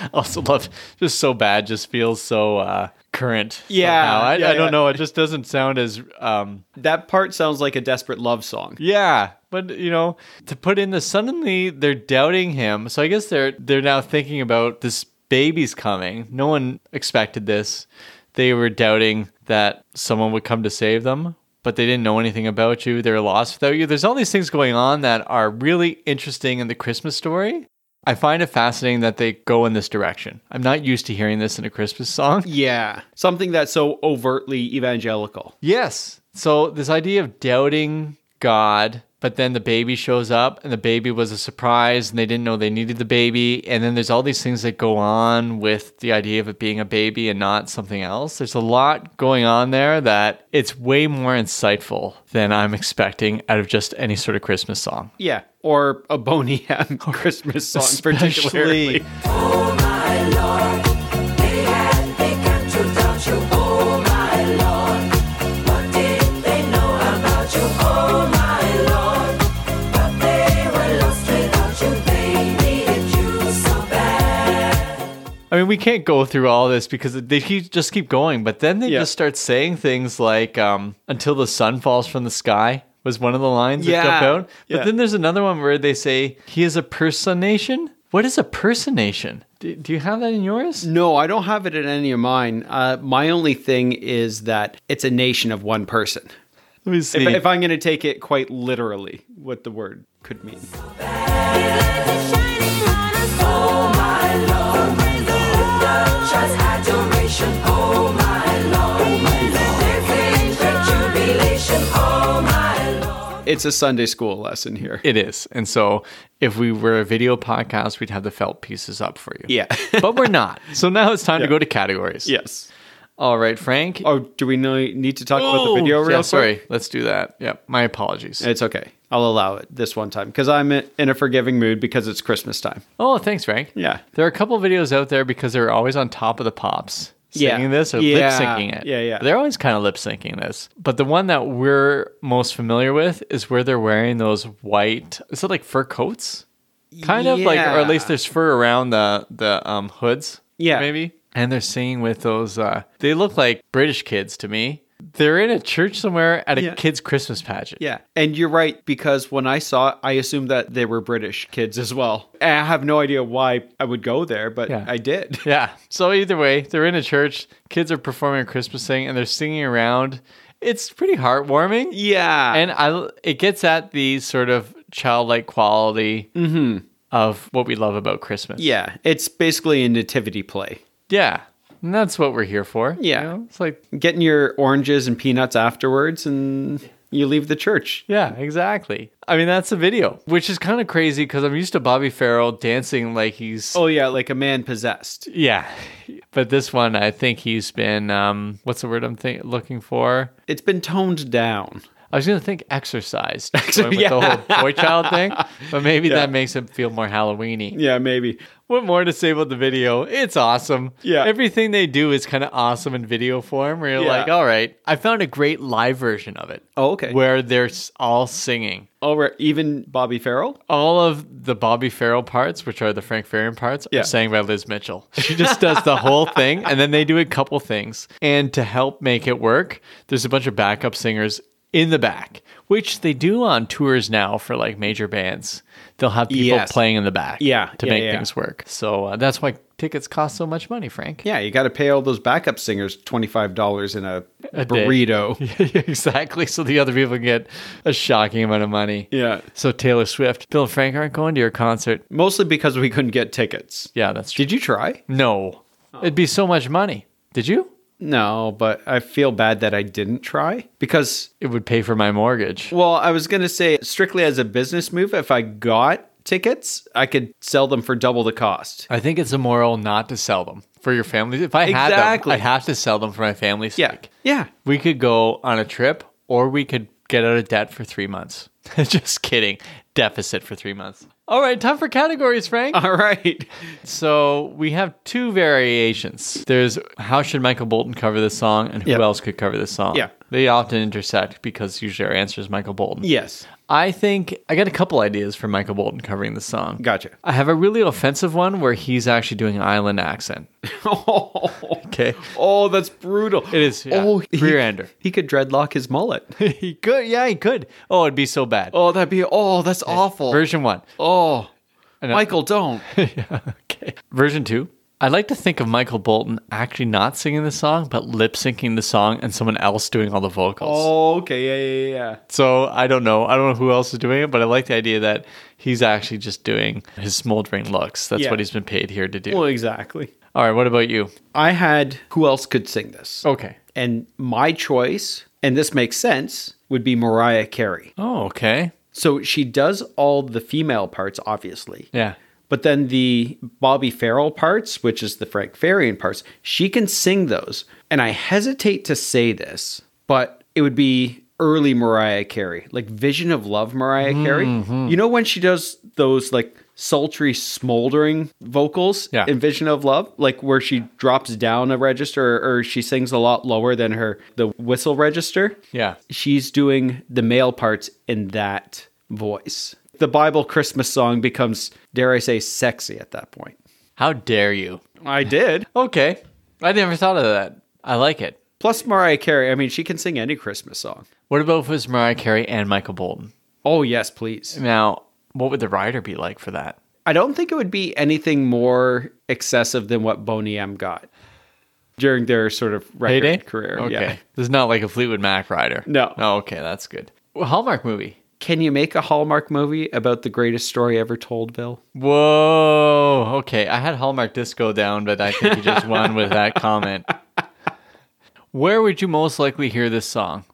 A: I also love just so bad just feels so uh current.
B: Yeah,
A: somehow. I,
B: yeah,
A: I don't
B: yeah.
A: know. It just doesn't sound as um
B: That part sounds like a desperate love song.
A: yeah, but you know, to put in the suddenly they're doubting him. So I guess they're they're now thinking about this baby's coming. No one expected this. They were doubting that someone would come to save them, but they didn't know anything about you. They're lost without you. There's all these things going on that are really interesting in the Christmas story. I find it fascinating that they go in this direction. I'm not used to hearing this in a Christmas song.
B: Yeah. Something that's so overtly evangelical.
A: Yes. So this idea of doubting God, but then the baby shows up and the baby was a surprise and they didn't know they needed the baby. And then there's all these things that go on with the idea of it being a baby and not something else. There's a lot going on there that it's way more insightful than I'm expecting out of just any sort of Christmas song.
B: Yeah. Or a Boney M Christmas song, particularly.
G: Oh my Lord, they had begun to doubt you. Oh my Lord, what did they know about you? Oh my Lord, but they were lost without you. They needed you so bad.
A: I mean, we can't go through all this because they keep, just keep going, but then they
B: Yeah.
A: just start saying things like um, "until the sun falls from the sky" was one of the lines that jump
B: Yeah.
A: out. But
B: Yeah.
A: then there's another one where they say he is a personation. What is a personation? Do, do you have that in yours?
B: No, I don't have it in any of mine. Uh, my only thing is that it's a nation of one person.
A: Let me see.
B: If, if I'm going to take it quite literally, what the word could mean.
G: Oh my Lord, without your adoration. Oh my Lord, they faced great tribulation. Oh my Lord.
B: It's a Sunday school lesson here.
A: it is, and so if we were a video podcast, we'd have the felt pieces up for you.
B: yeah.
A: but we're not. So now it's time to
B: Yeah.
A: go to categories.
B: yes.
A: All right, Frank.
B: Oh, do we know, need to talk about the
A: Oh,
B: video real
A: yeah,
B: quick?
A: sorry. Let's do that. Yeah. My apologies.
B: It's okay. I'll allow it this one time because I'm in a forgiving mood because it's Christmas time.
A: Oh, thanks, Frank.
B: Yeah.
A: There are a couple videos out there because they're always on top of the pops
B: Yeah.
A: singing this or
B: Yeah.
A: lip syncing it.
B: Yeah, yeah.
A: They're always kind of lip syncing this. But the one that we're most familiar with is where they're wearing those white, is it like fur coats? Kind of like, or at least
B: Yeah.
A: there's fur around the, the um, hoods.
B: Yeah.
A: Maybe. And they're singing with those, uh, they look like British kids to me. They're in a church somewhere at a
B: Yeah.
A: kids' Christmas pageant.
B: Yeah. And you're right because when I saw it, I assumed that they were British kids as well. And I have no idea why I would go there, but
A: Yeah.
B: I did.
A: Yeah. So either way, they're in a church, kids are performing a Christmas thing, and they're singing around. It's pretty heartwarming.
B: Yeah.
A: And I, it gets at the sort of childlike quality of what we love about Christmas.
B: Mm-hmm. yeah, it's basically a nativity play.
A: Yeah. And that's what we're here for. you
B: Yeah.
A: know? It's like,
B: Getting your oranges and peanuts afterwards and you leave the church.
A: yeah, exactly. I mean, that's a video, which is kind of crazy because I'm used to Bobby Farrell dancing like he's.
B: Oh yeah, like a man possessed.
A: Yeah. But this one, I think he's been, um, what's the word I'm think- looking for?
B: It's been toned down.
A: I was gonna think exercise, going with the whole boy child thing, but maybe that makes it feel more Halloweeny.
B: Yeah, maybe.
A: What more to say about the video? It's awesome.
B: Yeah.
A: everything they do is kind of awesome in video form. Where you're
B: Yeah.
A: like, all right, I found a great live version of it.
B: Oh, okay.
A: where they're s- all singing.
B: All right, even Bobby Farrell?
A: All of the Bobby Farrell parts, which are the Frank Farian parts,
B: Yeah.
A: are sang by Liz Mitchell. She just does the whole thing, and then they do a couple things. And to help make it work, there's a bunch of backup singers in the back, which they do on tours now for like major bands. They'll have people
B: Yes.
A: playing in the back,
B: Yeah,
A: to
B: yeah,
A: make
B: yeah.
A: things work. So uh, that's why tickets cost so much money, Frank.
B: Yeah, you got to pay all those backup singers $25 in a,
A: day.
B: burrito.
A: exactly. So the other people get a shocking amount of money.
B: Yeah.
A: So Taylor Swift, Bill and Frank aren't going to your concert.
B: Mostly because we couldn't get tickets.
A: Yeah, that's true.
B: Did you try?
A: No. It'd be so much money. Did you?
B: No, but I feel bad that I didn't try because,
A: It would pay for my mortgage.
B: well, I was going to say, strictly as a business move, if I got tickets, I could sell them for double the cost.
A: I think it's immoral not to sell them for your family. If I had them,
B: Exactly.
A: I'd have to sell them for my family's
B: Yeah.
A: sake.
B: Yeah.
A: We could go on a trip or we could get out of debt for three months. Just kidding. Deficit for three months. All right, time for categories, Frank.
B: All right.
A: So we have two variations. There's how should Michael Bolton cover this song and who
B: Yep.
A: else could cover this song?
B: Yeah.
A: They often intersect because usually our answer is Michael Bolton.
B: Yes.
A: I think I got a couple ideas for Michael Bolton covering this song.
B: Gotcha.
A: I have a really offensive one where he's actually doing an island accent. Okay.
B: Oh, that's brutal.
A: It is, yeah.
B: Oh, he-
A: Rear-ender.
B: He could dreadlock his mullet.
A: he could. Yeah, he could. Oh, it'd be so bad.
B: oh, that'd be, oh, that's awful.
A: Version one.
B: oh,
A: I-
B: Michael, don't.
A: Okay. Version two. I'd like to think of Michael Bolton actually not singing the song, but lip syncing the song and someone else doing all the vocals.
B: oh, okay. Yeah, yeah, yeah.
A: So I don't know. I don't know who else is doing it, but I like the idea that he's actually just doing his smoldering looks. That's
B: Yeah.
A: what he's been paid here to do.
B: Well, exactly.
A: All right. What about you?
B: I had who else could sing this?
A: Okay.
B: And my choice, and this makes sense, would be Mariah Carey.
A: Oh, okay.
B: So she does all the female parts, obviously.
A: Yeah.
B: But then the Bobby Farrell parts, which is the Frank Farian parts, she can sing those. And I hesitate to say this, but it would be early Mariah Carey, like Vision of Love Mariah Carey. You know when she does those like sultry smoldering vocals
A: Yeah.
B: in Vision of Love, like where she drops down a register or, or she sings a lot lower than her the whistle register?
A: Yeah.
B: she's doing the male parts in that voice. The Bible Christmas song becomes, dare I say, sexy at that point.
A: How dare you?
B: I did.
A: Okay. I never thought of that. I like it.
B: Plus, Mariah Carey, I mean, she can sing any Christmas song.
A: What about if it was Mariah Carey and Michael Bolton?
B: Oh, yes, please.
A: Now, what would the rider be like for that?
B: I don't think it would be anything more excessive than what Boney M got during their sort of record career.
A: Okay.
B: Yeah.
A: This is not like a Fleetwood Mac rider.
B: No.
A: Oh, okay. That's good. Well, Hallmark movie.
B: Can you make a Hallmark movie about the greatest story ever told, Bill?
A: Whoa. Okay. I had Hallmark Disco down, but I think you just won with that comment. Where would you most likely hear this song?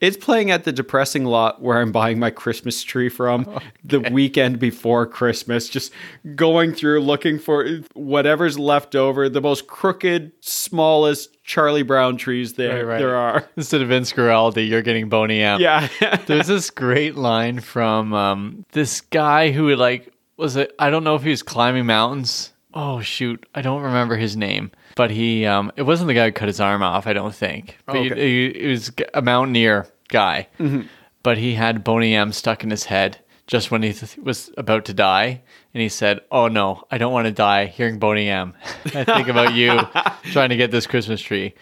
B: It's playing at the depressing lot where I'm buying my Christmas tree from
A: Oh,
B: the weekend before Christmas, just going through looking for whatever's left over, the most crooked, smallest Charlie Brown trees there
A: Right, right.
B: there are.
A: Instead of Vince Guaraldi, you're getting Boney M.
B: Yeah.
A: There's this great line from um, this guy who would like was it? I don't know if he was climbing mountains. Oh shoot, I don't remember his name. But he, um, it wasn't the guy who cut his arm off. I don't think. But he-
B: Okay.
A: he, it was a mountaineer guy. But he had Boney M stuck in his head just when he th- was about to die, and he said, "Oh no, I don't want to die hearing Boney M. I think about you trying to get this Christmas tree."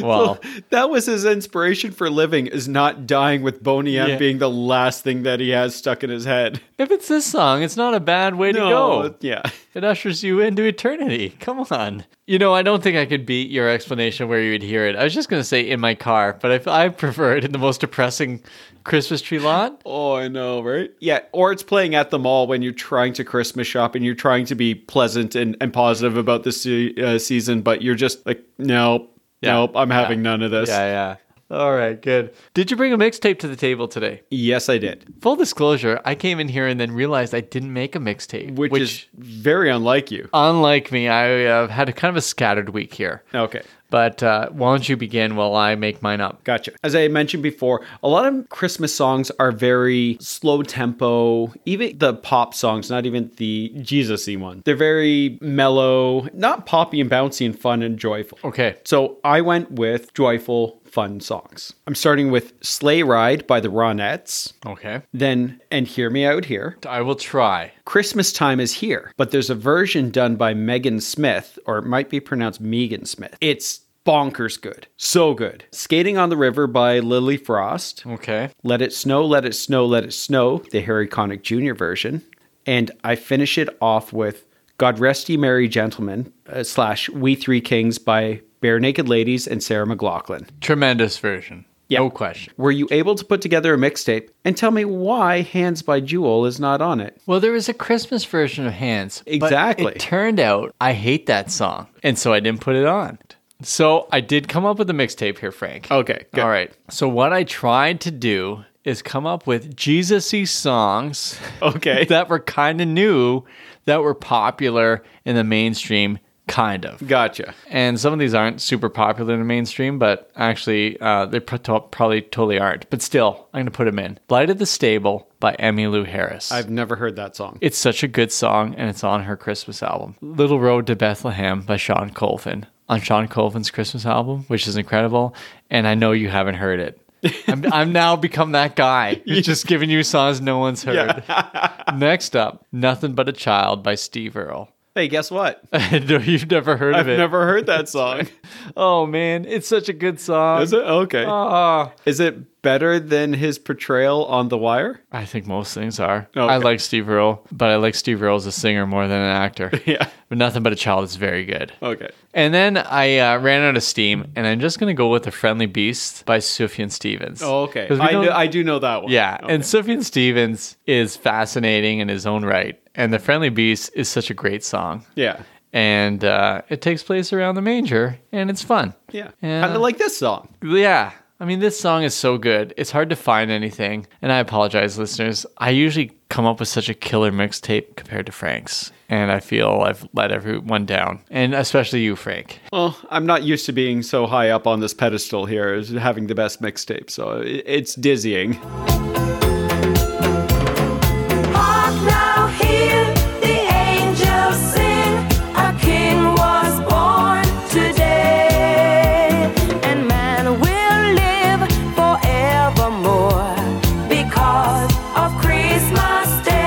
A: Well,
B: that was his inspiration for living is not dying with Boney M
A: Yeah.
B: being the last thing that he has stuck in his head.
A: if it's this song, it's not a bad way to go.
B: Yeah.
A: It ushers you into eternity. Come on. You know, I don't think I could beat your explanation where you would hear it. I was just going to say in my car, but I, I prefer it in the most depressing Christmas tree lot.
B: Oh, I know, right? Yeah, or it's playing at the mall when you're trying to Christmas shop and you're trying to be pleasant and, and positive about the se- uh, season, but you're just like, nope, nope, I'm having none of this.
A: yeah. All right, good. Did you bring a mixtape to the table today?
B: Yes, I did,
A: Full disclosure, I came in here and then realized I didn't make a mixtape,
B: which, is very unlike you.
A: unlike me, I uh, had a kind of a scattered week here.
B: Oh. Okay.
A: But uh, why don't you begin while I make mine up?
B: Gotcha. As I mentioned before, a lot of Christmas songs are very slow tempo, even the pop songs, not even the Jesus y one. They're very mellow, not poppy and bouncy and fun and joyful.
A: Okay.
B: So I went with joyful, fun songs. I'm starting with Sleigh Ride by the Ronettes,
A: Okay.
B: then, and hear me out here.
A: I will try.
B: Christmas time is here, but there's a version done by Megan Smith, or it might be pronounced Megan Smith. It's bonkers good. So good. Skating on the River by Lily Frost.
A: Okay.
B: Let It Snow, Let It Snow, Let It Snow, the Harry Connick Jr. version. And I finish it off with God Rest Ye Merry Gentlemen uh, slash We Three Kings by Bare Naked Ladies and Sarah McLaughlin.
A: Tremendous version. No question.
B: Were you able to put together a mixtape and tell me why Hands by Jewel is not on it?
A: Well, there was a Christmas version of Hands. but
B: Exactly.
A: it turned out I hate that song. And so I didn't put it on. Oh, So I did come up with a mixtape here, Frank.
B: Okay, good.
A: All right. So what I tried to do is come up with Jesus-y songs
B: Okay.
A: that were kind of new, that were popular in the mainstream, kind of.
B: Gotcha.
A: And some of these aren't super popular in the mainstream, but actually, uh, they pro- to- probably totally aren't. But still, I'm going to put them in. Light of the Stable by Emmy Lou Harris.
B: I've never heard that song.
A: it's such a good song, and it's on her Christmas album. Little Road to Bethlehem by Sean Colvin on Sean Colvin's Christmas album, which is incredible. And I know you haven't heard it. I'm, I'm now become that guy who's just giving you songs no one's heard. Next up, Nothing But a Child by Steve Earle.
B: Hey, guess what?
A: no, you've never heard
B: I've
A: of it.
B: never heard that song.
A: Oh man, it's such a good song.
B: Is it? Okay.
A: Ah.
B: Uh, Is it better than his portrayal on The Wire?
A: I think most things are.
B: Okay.
A: I like Steve Earle, but I like Steve Earle as a singer more than an actor.
B: Yeah.
A: But nothing but a child is very good.
B: Okay.
A: And then I uh, ran out of steam, and I'm just gonna go with "The Friendly Beast" by Sufjan Stevens.
B: Oh, okay.
A: 'Cause we
B: I,
A: don't-
B: kn- I do know that one.
A: Yeah,
B: Okay.
A: and Sufjan Stevens is fascinating in his own right, and "The Friendly Beast" is such a great song.
B: yeah.
A: And uh, it takes place around the manger, and it's fun.
B: Yeah.
A: Yeah.
B: Kind of like this song.
A: Yeah. I mean, this song is so good. It's hard to find anything. And I apologize, listeners. I usually come up with such a killer mixtape compared to Frank's. And I feel I've let everyone down. And especially you, Frank.
B: Well, I'm not used to being so high up on this pedestal here as having the best mixtape, so it, it's dizzying.
F: Hark now, hear the angels sing. A king was born today, and man will live forevermore because of Christmas Day.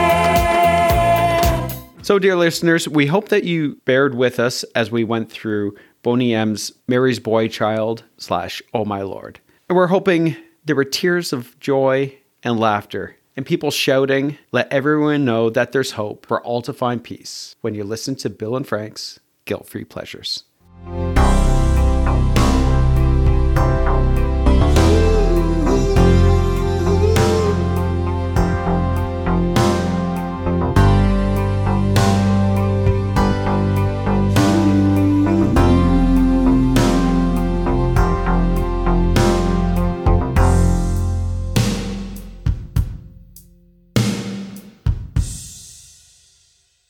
B: So, dear listeners, we hope that you bared with us as we went through Boney M's Mary's Boy Child slash Oh My Lord. And we're hoping there were tears of joy and laughter and people shouting, let everyone know that there's hope for all to find peace when you listen to Bill and Frank's Guilt Free Pleasures.